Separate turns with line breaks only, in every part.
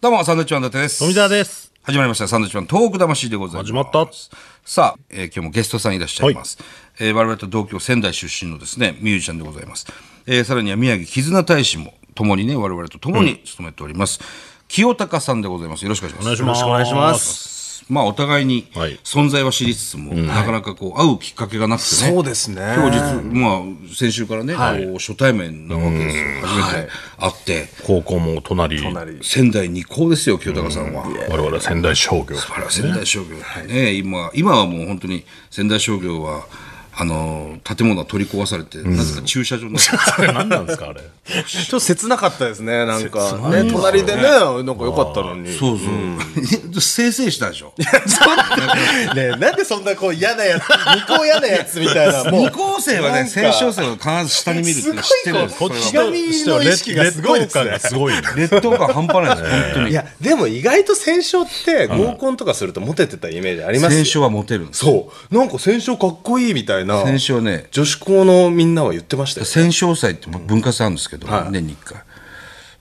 どうも、サンドウィッチマン伊達です。
富澤です。
始まりました、サンドウィッチマントーク魂でございます。
始まった
さあ、えー今日もゲストさんいらっしゃいます。えー我々と同郷仙台出身のですね、ミュージシャンでございます。えーさらには宮城絆大使も、共にね、我々と共に務めております。清高さんでございます。よろしくお願いします。
お願いします。
よろしくお願いします。
まあ、お互いに
はい
存在は知りつつも、なかなかこう、会うきっかけがなくてね。
そうですね
今日実、まあ、先週からね、こう初対面なわけですよ。初めて会って、
高校も隣、
隣
仙台二高ですよ、清高さんは。
我々仙台商業。
あら仙台商業、ね今今はもう本当に仙台商業はあのー建物は取り壊されて、なぜか駐車場になってます
あれ何なんですかあれ。
ちょっと切なかったですね、なんか。ね、隣でね、なんか良かったのに。
そうそう、せいせいしたでしょ
ねなんでそんなこう嫌なやつ、 向こう嫌なやつみたいな、も
二
う。
高生は
な
ね
んか
戦勝生は必ず下に見るってい
す
う
ご
の
い
知ってるんですよ
こう、こっ
そ
ち
れは
側の意識がすごいで
劣等
す
感
ね
が。すごいね。
劣等感半端ないです、本当に
いや、でも意外と戦勝って合コンとかするとモテてたイメージあります
戦
よ
勝はモテるんです
そう。なんか戦勝かっこいいみたいな。
戦勝はね
女子校のみんなは言ってましたよ。
戦勝祭って文化祭あるんですけど、年に1回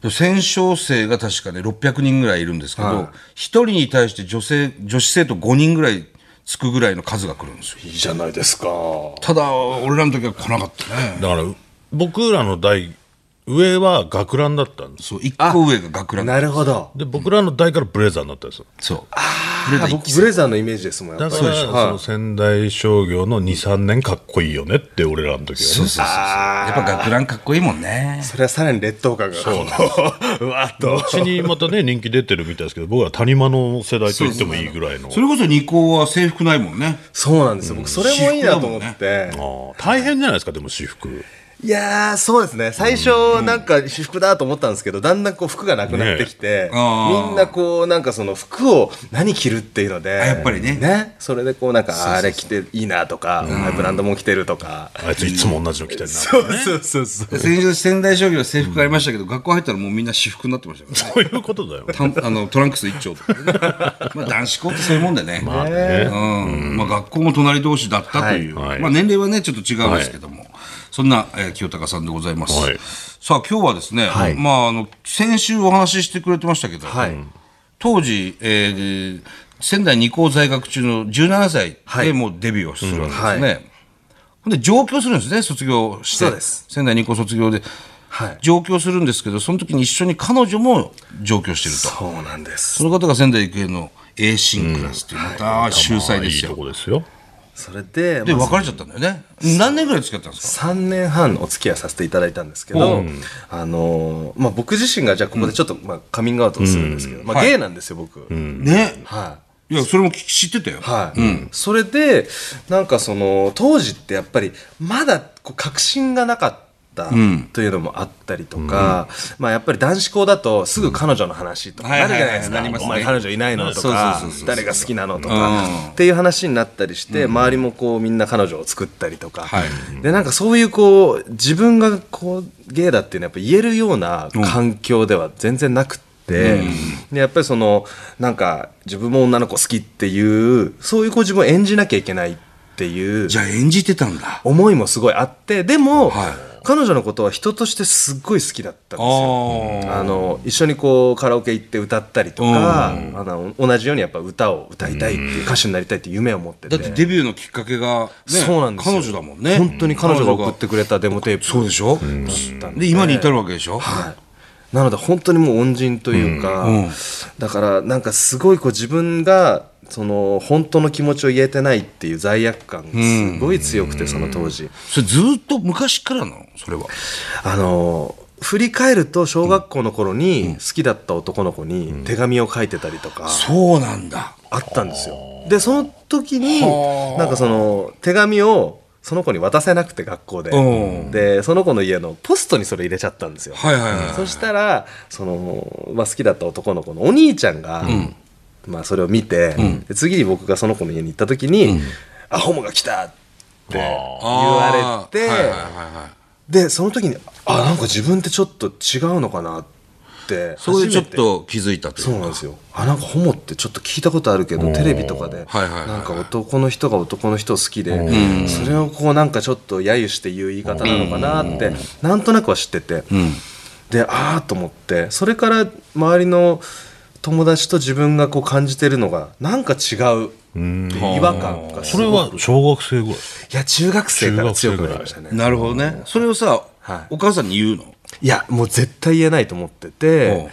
で戦勝生が確かね600人ぐらいいるんですけど、一1人に対して女性女子生徒5人ぐらいつくぐらいの数が来るんですよ
いいじゃないですか。
ただ俺らの時は来なかったね
だから僕らの代上は学ランだったんです。
そう一個上が学ラン
なるほど。
で僕らの代からブレザーになったんですよ。
そう
あ僕、ブレザーのイメージですもん、や
だ
っぱ
か
り。
らそ
はい
の仙台商業の2、3年かっこいいよねって俺らの時
そうそうそ
は
う
ね。
そうやっぱ学ランかっこいいもんね
それはさらに劣等感がこううわっと
うちにまたね人気出てるみたいですけど僕は谷間の世代と言ってもいいぐらいの
それこそ二高は制服ないもんね
そうなんですよ僕それもいいなと思
私
っ
服
て、
ああ大変じゃないですかでも私服
いやーそうですね最初なんか私服だと思ったんですけどだんだんこう服がなくなってきて、
あー
みんなこうなんかその服を何着るっていうので
やっぱりね
ねそれでこうなんかあれ着ていいなとかああいうブランドも着てるとか、
あいついつも同じの着てるな
そうそうそうそう
先週仙台商業は制服ありましたけど、学校入ったらもうみんな私服になってましたからね
そういうことだよね
タンあのトランクス一丁とかね、 まあ男子校ってそういうもんでね。
まあね
うんまあ、学校も隣同士だったという、
はいはい
まあ、年齢はねちょっと違うんですけども、そんな、えー清高さんでございます、
はい
さあ今日はですね、
はい
まあ、あの先週お話ししてくれてましたけど、
はい
当時、えー仙台二高在学中の17歳
はい
でもうデビューをするわけですね、
うんはい
ほんで上京するんですね卒業して
そうです
仙台二高卒業で、
はい
上京するんですけどその時に一緒に彼女も上京してると。
そうなんです
その方が仙台育英の A 新クラスというまた秀才で
いい
すよ
と。こですよ
それで
で
まあ
別れちゃったんだよね。何年ぐらい付き合ったんですか
3年半お付き合いさせていただいたんですけど、あのーまあ、僕自身がじゃあここでちょっと、まあ、カミングアウトするんですけど、まあ、
はい
ゲイなんですよ、僕。
ね。
はい
や、それも知ってたよ
い。。はいそれでなんかその当時ってやっぱりまだこう確信がなかった
ん
というのもあったりとか、まあ、やっぱり男子校だとすぐ彼女の話とか
はい
な
はい
る
はい
じゃないですか、
なりますね
お前彼女いないのと
そう
か
そうそうそう
誰が好きなのと
うん
かっていう話になったりして、周りもこうみんな彼女を作ったりとか、
はい
でなんかそういうこう自分がこうゲイだっていうのはやっぱ言えるような環境では全然なくって。でやっぱりそのなんか自分も女の子好きっていうそういう子自分を演じなきゃいけないっていう
じゃあ演じてたんだ。
思いもすごいあってでも、
はい
彼女のことは人としてすっごい好きだったんですよ。
あ
あの一緒にこうカラオケ行って歌ったりとか、あの同じようにやっぱ歌を歌いたいっていう歌手になりたいっていう夢を持って
だ
て
ってデビューのきっかけが、ね、
そうなんですよ
彼女だもんね。
本当に彼女が送ってくれたデモテープ
そうでしょ
たんで
で、今に至るわけでしょ
はい、なので本当にもう恩人というか、
んうん
だからなんかすごいこう自分がその本当の気持ちを言えてないっていう罪悪感がすごい強くて、その当時。
それずっと昔からなのそれは。
あの振り返ると小学校の頃に好きだった男の子に手紙を書いてたりとか
そうなんだ。
あったんですよ。でその時になんかその手紙をその子に渡せなくて学校で
うん
でその子の家のポストにそれ入れちゃったんですよ。
はいはいはい。
そしたらその、まあ、好きだった男の子のお兄ちゃんが、まあ、それを見て、で次に僕がその子の家に行った時に「あホモが来た!」って言わ
あー
れて、
はいはいはいはい。
でその時に「あなんか自分ってちょっと違うのかな」って
そこでちょっ
初めて
と気づいたというか
そうなんですよあなんかホモってちょっと聞いたことあるけどテレビとかで
はいはいはいはい
なんか男の人が男の人を好きでそれをこうなんかちょっと揶揄して言う言い方なのかなってなんとなくは知っててでああと思ってそれから周りの友達と自分がこう感じてるのがなんか違うっていう違和感が
それは小学生ぐらい
いや中学生から強くなりましたね
なるほどね。それをさ、
はい
お母さんに言うの。
いやもう絶対言えないと思ってて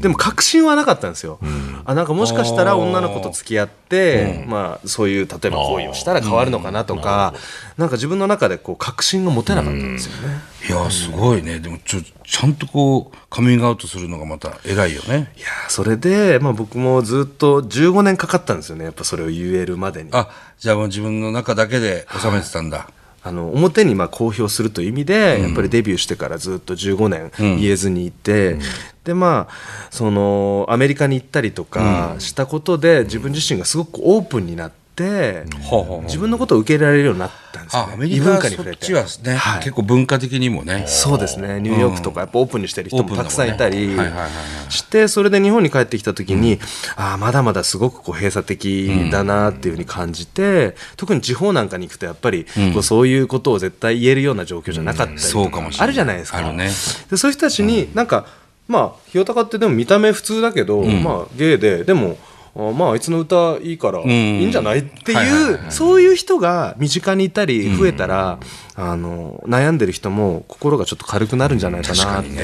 でも確信はなかったんですよ、あなんかもしかしたら女の子と付き合って、まあ、そういう例えば恋をしたら変わるのかなとか、なんか自分の中でこう確信が持てなかったんですよね、
いやーすごいね。でもちょちゃんとこうカミングアウトするのがまた偉いよね。
いやーそれで、まあ、僕もずっと15年かかったんですよねやっぱそれを言えるまでにあ
あじゃあもう自分の中だけで収めてたんだ。
の表にまあ公表するという意味で、やっぱりデビューしてからずっと15年言えずにいて、でまあそのアメリカに行ったりとかしたことで、自分自身がすごくオープンになって、
ほうほうほう
自分のことを受け入れられるようになったんですよ、
あ
ね、
アメリカはそっちはね、
はい
結構文化的にもね。
そうですねニューヨークとかやっぱオープンにしてる人もたくさんいた
オープ
り
ンだもんねはいはいはい
してそれで日本に帰ってきた時に、ああまだまだすごくこう閉鎖的だなっていうふうに感じて、特に地方なんかに行くとやっぱりこうそういうことを絶対言えるような状況じゃなかったり
そ
と
うかも
か
しれない
あるじゃないですか。
あるね
でそういう人たちになんか、まあひよたかってでも見た目普通だけど、まあゲイででも。あーまああいつの歌いいからいいんじゃないって
はいはいはい
いう
はい
そういう人が身近にいたり増えたら、あの悩んでる人も心がちょっと軽くなるんじゃないか
確
な
か
って、
に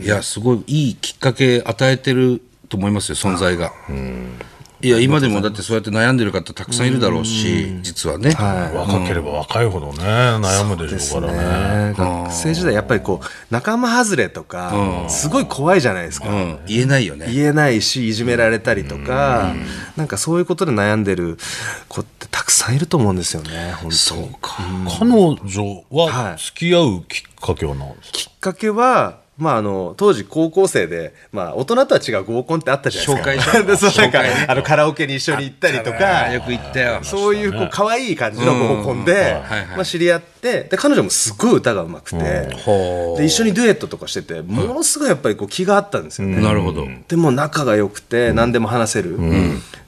ね。いやすごいいいきっかけ与えてると思いますよ存在が。いや今でもだってそうやって悩んでる方たくさんいるだろうし実はね。
は
若ければ若いほどね悩むで
い、で
しょ
す
う
ね
からね
学生時代やっぱりこう仲間外れとか、すごい怖いじゃないですか、
うん言えないよね。
言えないしいじめられたりとか、なんかそういうことで悩んでる子ってたくさんいると思うんですよね本当に
か。
彼女
は
はい付き合うきっかけは何ですか
きっかけは、まあ、あの当時高校生で、まあ、大人とは違う合コンってあったじゃないですか
紹介所
で そうなんか
紹介ね
あのカラオケに一緒に行ったりとか
あよく言ったよ。
そういうこう可愛い感じの合コン
うん
で、
はいはい
まあ、知り合ってで彼女もすごい歌がうまくて、
ほう
で一緒にデュエットとかしててものすごいやっぱりこう気があったんですよね。
なるほど。
でも仲が良くて何でも話せる、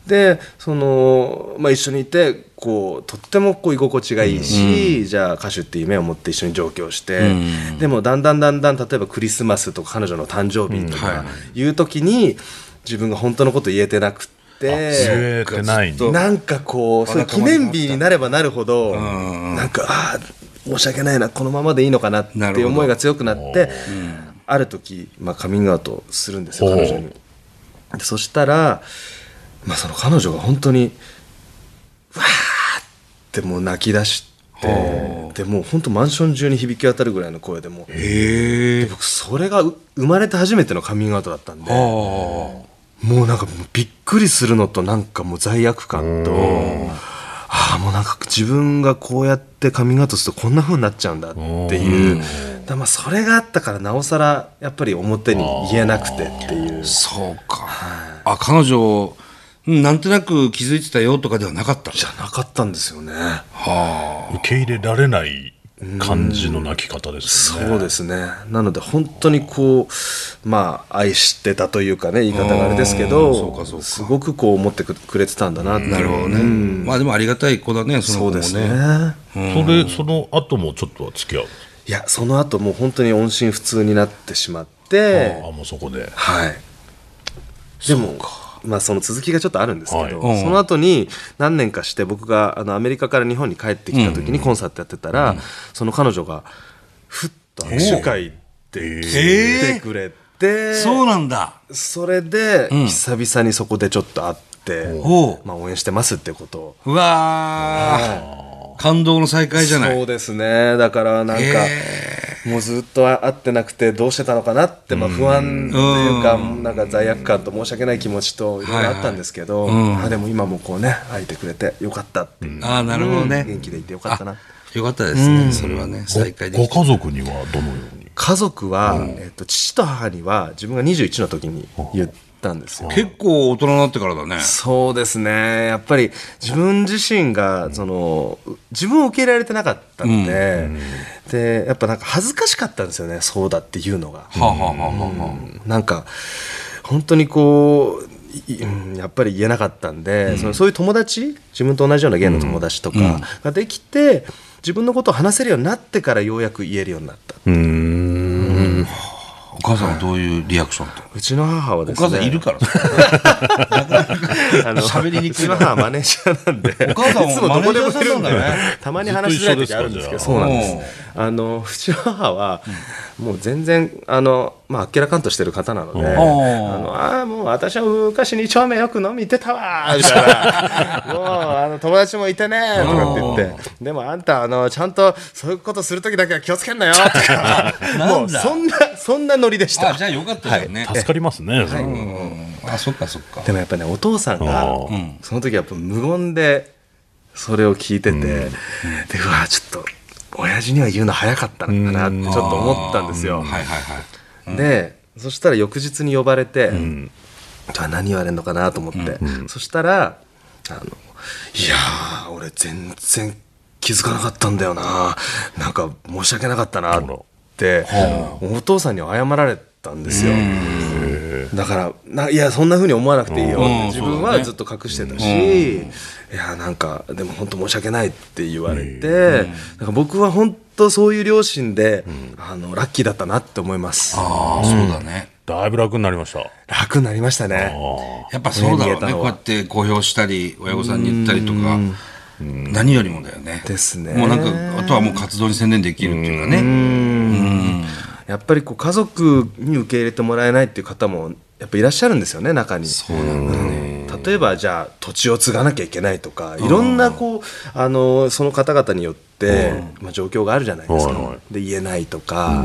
でその、まあ、一緒にいてこうとってもこう居心地がいいし、じゃあ歌手っていう夢を持って一緒に上京して、でもだんだんだんだん例えばクリスマスとか彼女の誕生日と
うん
か
は
いう時に自分が本当のこと言えてなくって。
言えてないんだ
ずっと
なんかこうそういう記念日になればなるほどなんかあー申し訳ないなこのままでいいのかなって
なる
い
ほ
う
ど
思いが強くなってある時、まあ、カミングアウトするんですよ
ほう
彼女に。でそしたら、まあ、その彼女が本当にわーってもう泣き出してでもう本当マンション中に響き渡るぐらいの声でもう
へ
で僕それがう生まれて初めてのカミングアウトだったんで。
あ
もうなんかもうびっくりするのとなんかもう罪悪感と、ああもうなんか自分がこうやってカミングアウトするとこんな風になっちゃうんだっていう、だからまあそれがあったからなおさらやっぱり表に言えなくてっていう
あ。そうか。あ彼女うんなんとなく気づいてたよとかではなかった。
じゃなかったんですよね。
受け入れられない感じの泣き方ですよね
そうですね。なので本当にこうまあ愛してたというかね言い方があれですけ
うんそうかそう
ど、
か
すごくこう思ってくれてたんだなっていう。
なるほどね。まあでもありがたい子だねその子
そうで
も
す
ね。
ね。
それその後もちょっとは付き合う
いやその後もう本当に音信不通になってしまって
あもうそこで
はいでもまあその続きがちょっとあるんですけど、
はいうん
その後に何年かして僕があのアメリカから日本に帰ってきた時にコンサートやってたら、その彼女がふっと握手会で来てくれて、
そうなんだ。
それで久々にそこでちょっと会って、
おう
まあ、応援してますってことを
うわー感動の再会じゃない。
そうですねだからなんか、もうずっと会ってなくてどうしてたのかなって、まあ、不安というかなんか罪悪感と申し訳ない気持ちといろいろあったんですけど、まあでも今もこうね会えてくれてよかったっていう、
ああなるほどね。
元気でいてよかったな
あよかったですね。それはね再会で
ご
きて。
家族にはどのように
家族は、えっと、父と母には自分が21の時に言ったんですよ
結構大人になってからだね。
そうですねやっぱり自分自身がその自分を受け入れられてなかったので、でやっぱなんか恥ずかしかったんですよねそうだっていうのが、
はあはあはあはあは
なんか本当にこういうんやっぱり言えなかったんで、そのそういう友達自分と同じような芸の友達とかができて、自分のことを話せるようになってからようやく言えるようになった、
うーん
あ。お母さんはどういうリアクションと、
うちの母は
お
ですね
母さんいるから
あの
喋りにくいな
うちの母はマネージャーなんで
お母さん
いつ
も
もど
マネ
こ
ージ
で
ャー
もいる
さん
ん
な
で
んだね
たまに話しづらい時あるんですけど
ずっ
そうなんです
うん
あのうちの母はもう全然あの、まあ、あっけらかんとしてる方なので「あのあーもう私は昔2丁目よく飲み行ってたわ」みたい な「もうあの友達もいてね」とかって言って「でもあんたあのちゃんとそういうことする時だけは気をつけんなよ」と かもうそんなそんなノリでし た
あじゃあよかったじゃんね、
助かりますね。それ
う
は
んあそっかそっか
でもやっぱねお父さんが
あー
ん
その時はやっぱ無言でそれを聞いてて、でうわちょっと親父には言うの早かったのかなってちょっと思ったんですよ。
はいはいはい
でそしたら翌日に呼ばれて、じゃあ何言われるのかなと思って、そしたらあの「いやー俺全然気づかなかったんだよななんか申し訳なかったな」ってお父さんに謝られたんですよ。だからないやそんな風に思わなくていいよって、
うん
自分はずっと隠してたし、いやなんかでも本当申し訳ないって言われて、なんか僕は本当そういう両親で、あのラッキーだったなって思います
ああそうだね
だいぶ楽になりました。
楽になりましたね
やっぱそうだろう
親に言えた
ね
の
こ
は
うやって公表したり親御さんに言ったりとか何よりもだよね
ですね
もうなんかあとはもう活動に専念できるっていうかね
うんやっぱりこう家族に受け入れてもらえないっていう方もやっぱいらっしゃるんですよね中にそうなんだね例えばじゃあ土地を継がなきゃいけないとかいろんなこうあのその方々によって、まあ、状況があるじゃないですか、
はいはい
で言えないとか、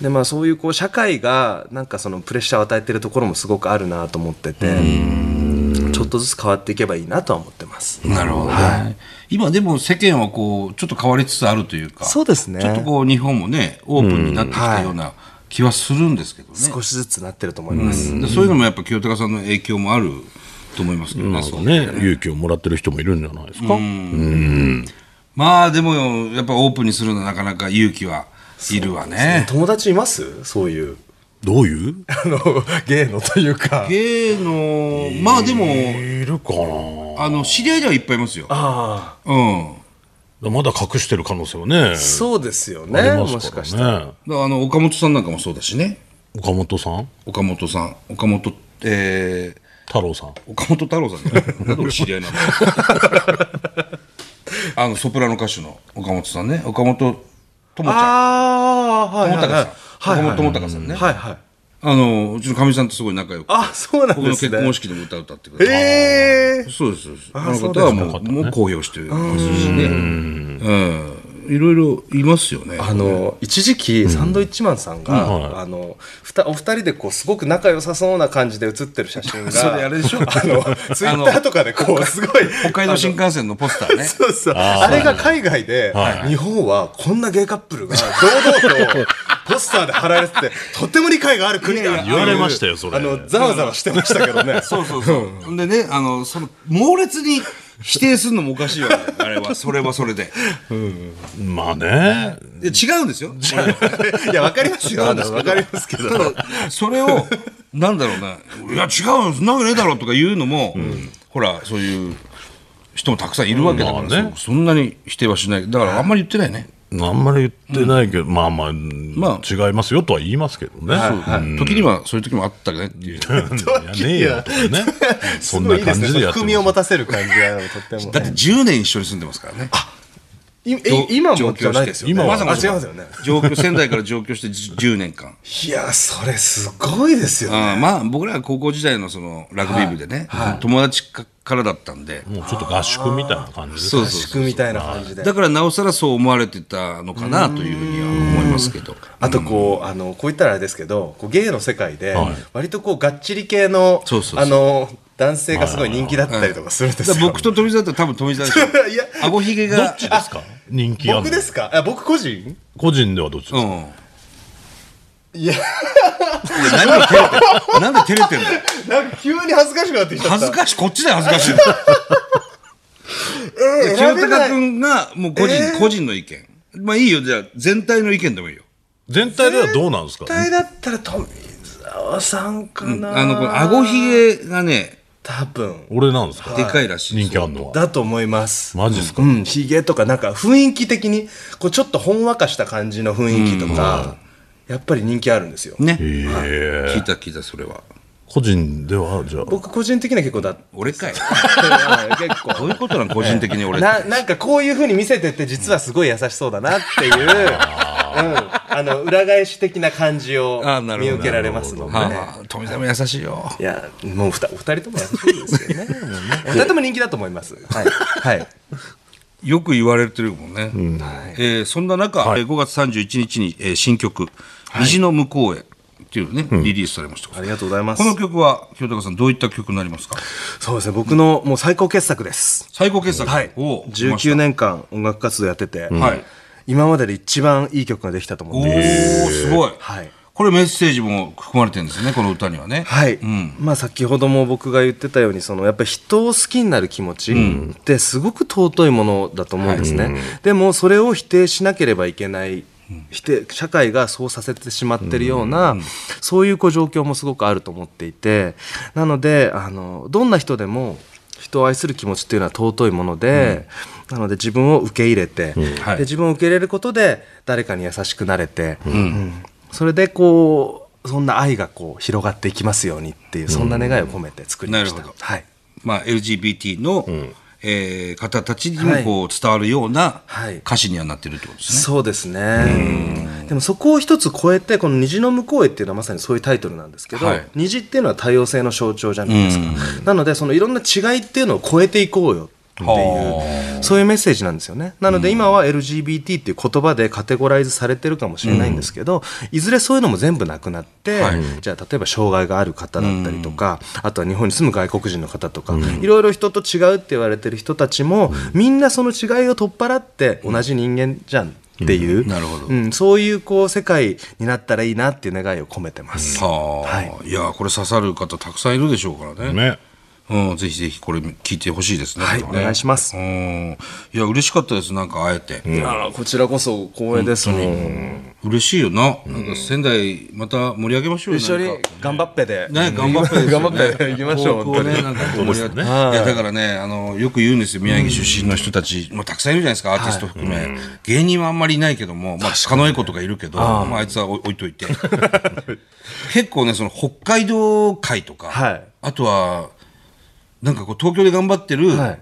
でまあ、そういうこう社会がなんかそのプレッシャーを与えてるところもすごくあるなと思っててちょっとずつ変わっていけばいいなとは思ってます、
なるほどね今でも世間はこうちょっと変わりつつあるというか
そうですね
ちょっとこう日本もねオープンになってきたような気はするんですけどね
少しずつなってると思います、
でそういうのもやっぱ清高さんの影響もあると思いますけど
な
ね
んかね、勇気をもらってる人もいるんじゃないですか。
まあでもやっぱオープンにするのはなかなか勇気はいるわね
友達いますそういう
どういう
あの芸のというか
芸のまあでも
いるかな
あの知り合いではいっぱいいますよ
ああ
うん
まだ隠してる可能性はね、
そうですよ
あ
ね
りま
も
す
し
か
かしたら
らね。
だからあの岡本さんなんかもそうだしね
岡本さん
岡本さん岡本え
太郎さん。
ー、岡本太郎さんじゃないなんで俺知り合い なのあのソプラノ歌手の岡本さんね岡本智ちゃん
ああはい
友
は
高さ
い
ん
はい
岡
は
本
い
智高さんね
はいはい
あのうちのかみさんとすごい仲良くて
あそうなん
僕の
です
結
ね
婚式でも歌を歌ってくれて
ええ
そうですそうですあ
あ
の
そ
方
うです
はも
か
う,、もう公表してますしねうんいろいろいますよね
あの一時期サンドイッチマンさんが、
うん
あのふたお二人でこうすごく仲良さそうな感じで写ってる写真が
それあれでしょ
あのツイッターとかでこうすごい
北海道新幹線のポスターね
そうそう。あれが海外で、日本はこんなゲイカップルが堂々とポスターで貼られてて、とっても理解がある国だっていう
言われましたよそれ
あの、ざわざわしてましたけどね。
そうそうそう。でね、あの、その、猛烈に否定するのもおかしいわけ。あれは、それはそれで。
まあね。
で違うんですよ。
いや、わかりますよ。
違う
わ
んですけど
かりますけど。
ただ、 それを、なんだろうな、いや、違う、そんなわけねえだろうとか言うのも、ほら、そういう人もたくさんいるわけだから、
まあね
そそんなに否定はしない。だから、あんまり言ってないね。
あんまり言ってないけど、まあまあ、
ま
違いますよとは言いますけどね。
時には、そういう時もあったけどねっていう。だ
いやねえよとかね。そんな感じでやって
含
ま
みを
す
持たせる感じがとってもね。
って10年一緒に住んでますからね。
いえ今もじゃないですよね。
今は
あ違いますよね。
上京、仙台から上京して10年間。
いや、それすごいですよね。
あーまあ僕らが高校時代のそのラグビー部でね、友達かからだったんで、
もうちょっと合宿みたいな感じです
そう
ね。
そう
宿みたいな感じで。
だからなおさらそう思われてたのかなというふうには思いますけど
あとこう、あのこう言ったらあれですけどこう芸の世界で
はい
割とこうがっちり系の,、
そうそうそう
あの男性がすごい人気だったりとかするんです
だ
よ。
から僕と富澤だったら多分富澤でしょ
いや
顎ひげが
どっちですか人気ある
僕ですかあ僕個人
個人ではどっちです
うん
か、
いや何で照れてるなんで照れてるの
なんか急に恥ずかしくなってきちゃった
恥ずかしいこっちだよ恥ずかしい
え
清
ー選べな
高
い
君がもう個人、
えー
個人の意見まあいいよじゃあ全体の意見でもいいよ
全体ではどうなんですか
絶対だったら富澤さんかな、
あのこの顎ひげがね
多分
俺なんですか
でかいらしい
人気あるのは。
だと思います
マジですか、
うんひげとかなんか雰囲気的にこうちょっとほんわかした感じの雰囲気とか、やっぱり人気あるんですよ。
ね、
え
聞いた聞いたそれは
個人ではじゃあ
僕個人的には結 構だ
俺かい
はい結構
どういうことなん個人的に俺
ななんかこういうふうに見せてって実はすごい優しそうだなっていう、うん、あの裏返し的な感じを
あーなるほ
見
ど
受けられますので、ね、
はあ、富澤も優しいよ
いやもうふたお二人とも優しいですよねもうねお二人とも人気だと思いますはい、はい、
よく言われてるもんね、えーそんな中、えー5月31日に、えー新曲「虹の向こうへ」っていうのね、リリースされました
ありがとうございます
この曲は清高さんどういった曲になりますか
そうですね僕のもう最高傑作です
最高傑作、
はい
おう
19年間音楽活動やってて、
はい
今までで一番いい曲ができたと思
お
っ
お
てます
すごい、
はい
これメッセージも含まれてるんですねこの歌にはね、
はい、
ん
まあ先ほども僕が言ってたようにそのやっぱり人を好きになる気持ちってすごく尊いものだと思うんですね、でもそれを否定しなければいけない否定社会がそうさせてしまってるような、そういうこう状況もすごくあると思っていてなのであのどんな人でも人を愛する気持ちっていうのは尊いもので、なので自分を受け入れて、
はい
で自分を受け入れることで誰かに優しくなれて、うんそれでこうそんな愛がこう広がっていきますようにっていうそんな願いを込めて作りました、
なるほど
はい
まあ、LGBT の、えー方たちにもこう伝わるような
はい
歌詞にはなってるってことですね。
そうですねでもそこを一つ超えてこの「虹の向こうへ」っていうのはまさにそういうタイトルなんですけど、
はい
虹っていうのは多様性の象徴じゃないですかなのでそのいろんな違いっていうのを超えていこうよってい
は
うそういうメッセージなんですよねなので今は LGBT っていう言葉でカテゴライズされてるかもしれないんですけど、いずれそういうのも全部なくなって、
はい
じゃあ例えば障害がある方だったりとか、あとは日本に住む外国人の方とか、いろいろ人と違うって言われてる人たちも、みんなその違いを取っ払って同じ人間じゃんっていう、うん
なるほど
そういうこう世界になったらいいなっていう願いを込めてます。
はあ、、
はい
やーこれ刺さる方たくさんいるでしょうからね。
ね
うん、ぜひぜひこれ聞いてほしいですね。
はい
これね
お願いします
うん、いや嬉しかったですなんか会えて、
こちらこそ光栄です
嬉しいよな。なんか仙台また盛り上げましょうよ。
一緒に
なんか
頑張ってで、
ね、頑張ってですよ、
頑張っていきましょう
ここをね、
本当
なん
に
かこう盛り上がってい
はい
や、だからね、あの、よく言うんですよ、宮城出身の人たち、まあ、たくさんいるじゃないですか、アーティスト含め。芸人はあんまりいないけども、まあ、狩野英孝とかいるけど、まあ、あいつはお 置いといて。結構ね、その、北海道会と
は
か
い、
あとは、なんかこう、東京で頑張ってる、
はい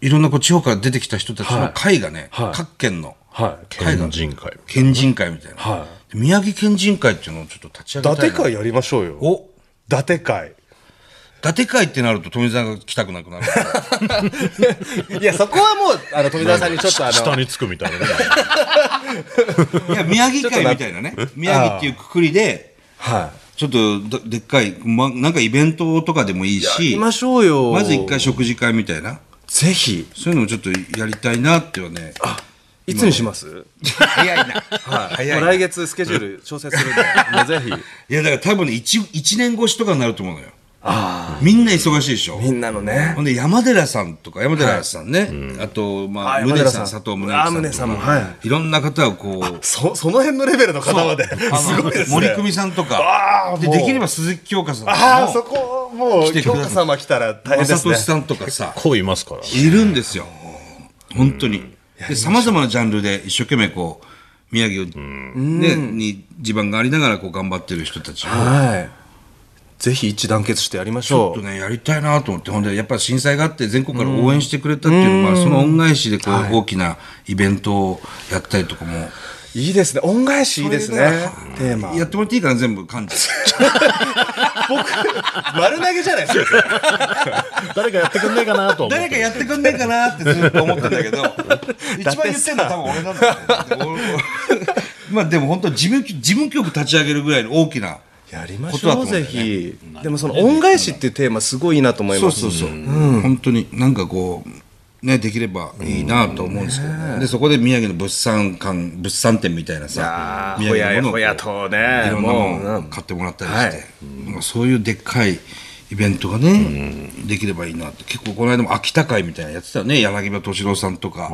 いろんなこう、地方から出てきた人たちの会がね、
はい
各県の
はい
会が
県、人会
県人会みたいな
は。
宮城県人会っていうのをちょっと立ち上げた
伊
いな。
達会やりましょうよ
お
伊達会
伊達会ってなると富澤が来たくなく なる
いやそこはもうあの富澤さんにちょっとあ
下
の
につくみたいなね
いや宮城会みたいなね宮城っていうくくりで
は
ちょっとででっかい、ま、なんかイベントとかでもいい
い
し
行きましょうよ
まず一回食事会みたいな
ぜひ
そういうのもちょっとやりたいなってはね
いつにします
早いな、早い
もう
な
来
い
月スケジュール調整するんでもうぜひ
やだから多分ね 1, 一年越しとかになると思うのよみんな忙しいでしょ
みんなのね
ほんで山寺さんとか山寺さんね、あとまあ
あ
宗さん
山寺
佐
さん
藤宗さん
あ
と
宗
か
さんもはい
ろんな方をこう
そその辺のレベルの方まで すごいですね
森久美さんとか
あー
で
もう
できれば鈴木京香さんと
あ
か
あそ
も
こも
来て
う
ください
京香様来たら大変で
正
す
俊
ね
さんとかさ
こういますから
いるんですよ本当にさまざまなジャンルで一生懸命こう宮城を、ね、に地盤がありながらこう頑張ってる人たちを
はいぜひ一致団結してやりましょ
ちょっ
う
とねやりたいなと思ってほんでやっぱ震災があって全国から応援してくれたっていうのはその恩返しでこう大きなイベントをやったりとかも
いいですね恩返しいいですねテーマ
やってもらっていいかな全部感じ
丸投げじゃないですか
誰かやってくんないかなとは思っ
誰
て
かやってくんないかなってずっと思ってんだけど一番言ってんのは多分俺なんだよね俺 まあでも本当事務事務局立ち上げるぐらいの大きな
やりま
し
し
ょう
ょうぜひでもその恩返しっていうテーマすごいいいなと思い
そ
ま
う
す
そうそう、本当になんかこうねできればいいなと思うんですけど、ね、でそこで宮城の物産館物産展みたいなさ
あー
宮城のものをこう
ほやほやとね
いろんなも
もうう
の
ん
買ってもらったりして、なんかそういうでっかいイベントがね、できればいいなって結構この間も秋田会みたいなのやってたよね柳葉敏郎さんとか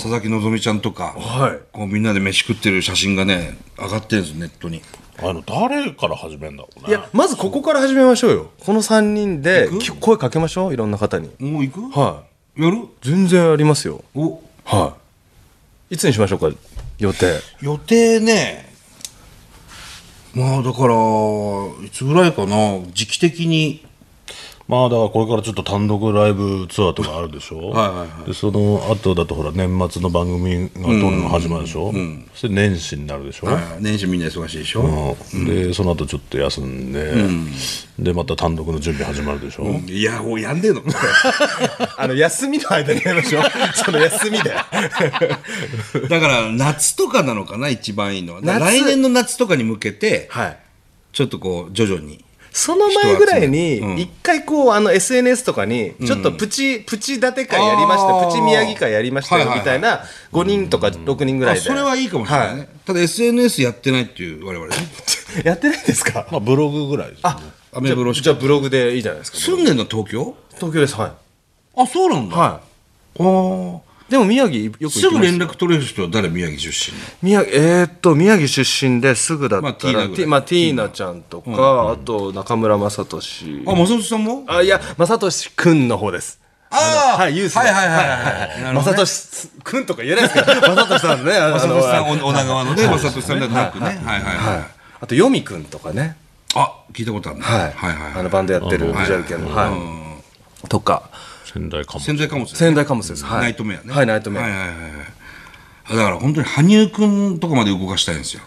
佐々木希ちゃんとか、
はい
こうみんなで飯食ってる写真がね上がってるんですよネットに。
あの誰から始めるんだろうね
いやまずここから始めましょうよこの3人でき声かけましょういろんな方に
もう行く、
は
やる
い全然ありますよ
お
はいいつにしましょうか予定
予定ねまあだからいつぐらいかな時期的に
まあだからこれからちょっと単独ライブツアーとかあるでしょ
はいはい
でその後だとほら年末の番組が撮るの始まるでしょ、そして年始になるでしょ、
年始みんな忙しいでしょ、
うんでその後ちょっと休んで、でまた単独の準備始まるでしょ、
いやもうやんねえの
あの休みの間にやりましょう その休みで
だから夏とかなのかな一番いいのはだから
夏
来年の夏とかに向けて
はい
ちょっとこう徐々に
その前ぐらいに
人集めるうん
一回こうあの SNS とかにちょっとプチ、プチ立て会やりました
あー
プチ宮城会やりました
はい
よ
はいはい
みたいな5人とか6人ぐら
あ
いで
それはいいかもしれないね、ただ SNS やってないっていう我々ね
はいやってないですか
まあ、ブログぐらいです、ね、
アメブロし
じゃあブログでいいじゃないですか
住んでんの東京
東京ですは
あそうなん
い
だ、
は
あー
いでも宮城よく行きます
すぐ連絡取れる人は誰宮城出身の
宮城えーっと宮城出身ですぐだった
ま
ら、
あティーナぐらい
ティまあティーナちゃんとか、あと中村雅俊
あ、正俊さんも
あいや雅俊くんの方です
あ
はいユースの
はいはいはいはい。なるほ
雅
どね
俊くんとか言えないです けど雅俊さんねあの
正俊さん、お女川のね、正俊さんではなくね。はいはいはい。
あとよみくんとかね
あ、聞いたことあるね。
はい、
はいはいはい。
あのバンドやってるビ
あの
ジュアル系の、はいとか
仙台かも
潜 在貨物ですね
仙台貨物です、はい、
ナイトメアね。
はいナイトメア、
はいはいはいはい。だから本当に羽生くんとかまで動かしたいんですよ。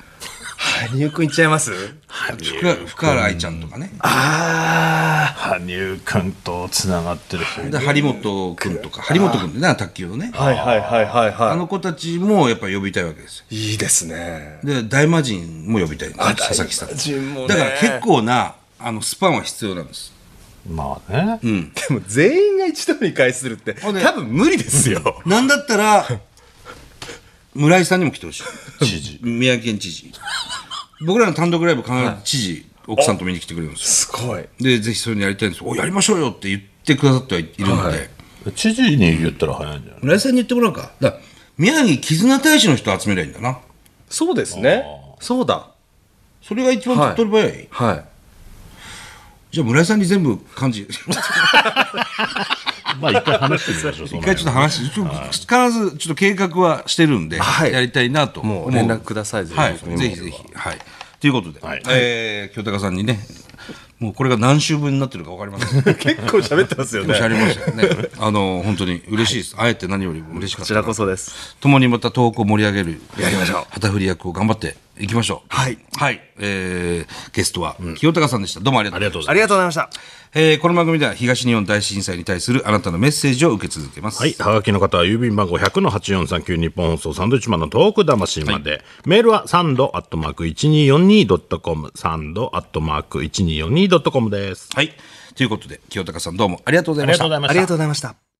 羽生くんいっちゃいます
福原福原愛ちゃんとかね。
あ
羽生君とつながってる人
で、張本くんとか、張本くんでな、卓球のね
あ。はいはいはいはい
あ
は
の子たちもやっぱ呼びたいわけですよ。
いいいですね
で、大魔神も呼びたいんです佐々木さん。
大魔神もね
だから結構な、あの、スパンは必要なんです。
まあね、
でも全員が一度に返するって多
ほんで
分無理ですよ
なんだった ら、村井さんにも来てほしい。
知事
宮城県知事。僕らの単独ライブ必ず知事、奥さんと見に来てくれるんです
すごい
よ。で、ぜひそれにやりたいんですお、やりましょうよって言ってくださってはいるので、
知事に言ったら早いんじゃない
村井さんに言ってもらおうか。だから宮城絆大使の人集めりゃいいんだな。
そうですねそうだ
それが一番手っ取り早い。
はい
じゃあ村井さんに全部漢字。
まあ一回話してみ ましょう
一回ちょっと話して、ちょっと必ずちょっと計画はしてるんで、
はい
やりたいなと思
も
う。
う連絡ください
はい、
僕にも
ぜひぜひ。はい。ということで、
はい
えー、京高さんにね、もうこれが何週分になってるか分かりま せんけど、
結構喋ってますよ
おっしゃ
ね
りましたよね。あの、本当に嬉しいです。あえて何よりも嬉しか
こ
っ
ち
た。
らこそです
共にまた東北を盛り上げる、
やりましょう
旗振り役を頑張っていきましょう。
はい。
はい。えー、ゲストは、清高さんでした。どうもありがと
あ
う
りがとうござ
あ
い
りがとうございました
えーこの番組では東日本大震災に対するあなたのメッセージを受け続けます。
ますはいはがきの方は郵便番号100-8439日本放送サンドイッチマンのトーク魂まで、メールはサンドアットマーク 1242.com サンドアットマーク 1242.com です
はい。ということで、清高さんどうもありがとうございました。
ありがとうございました
ありがとうございました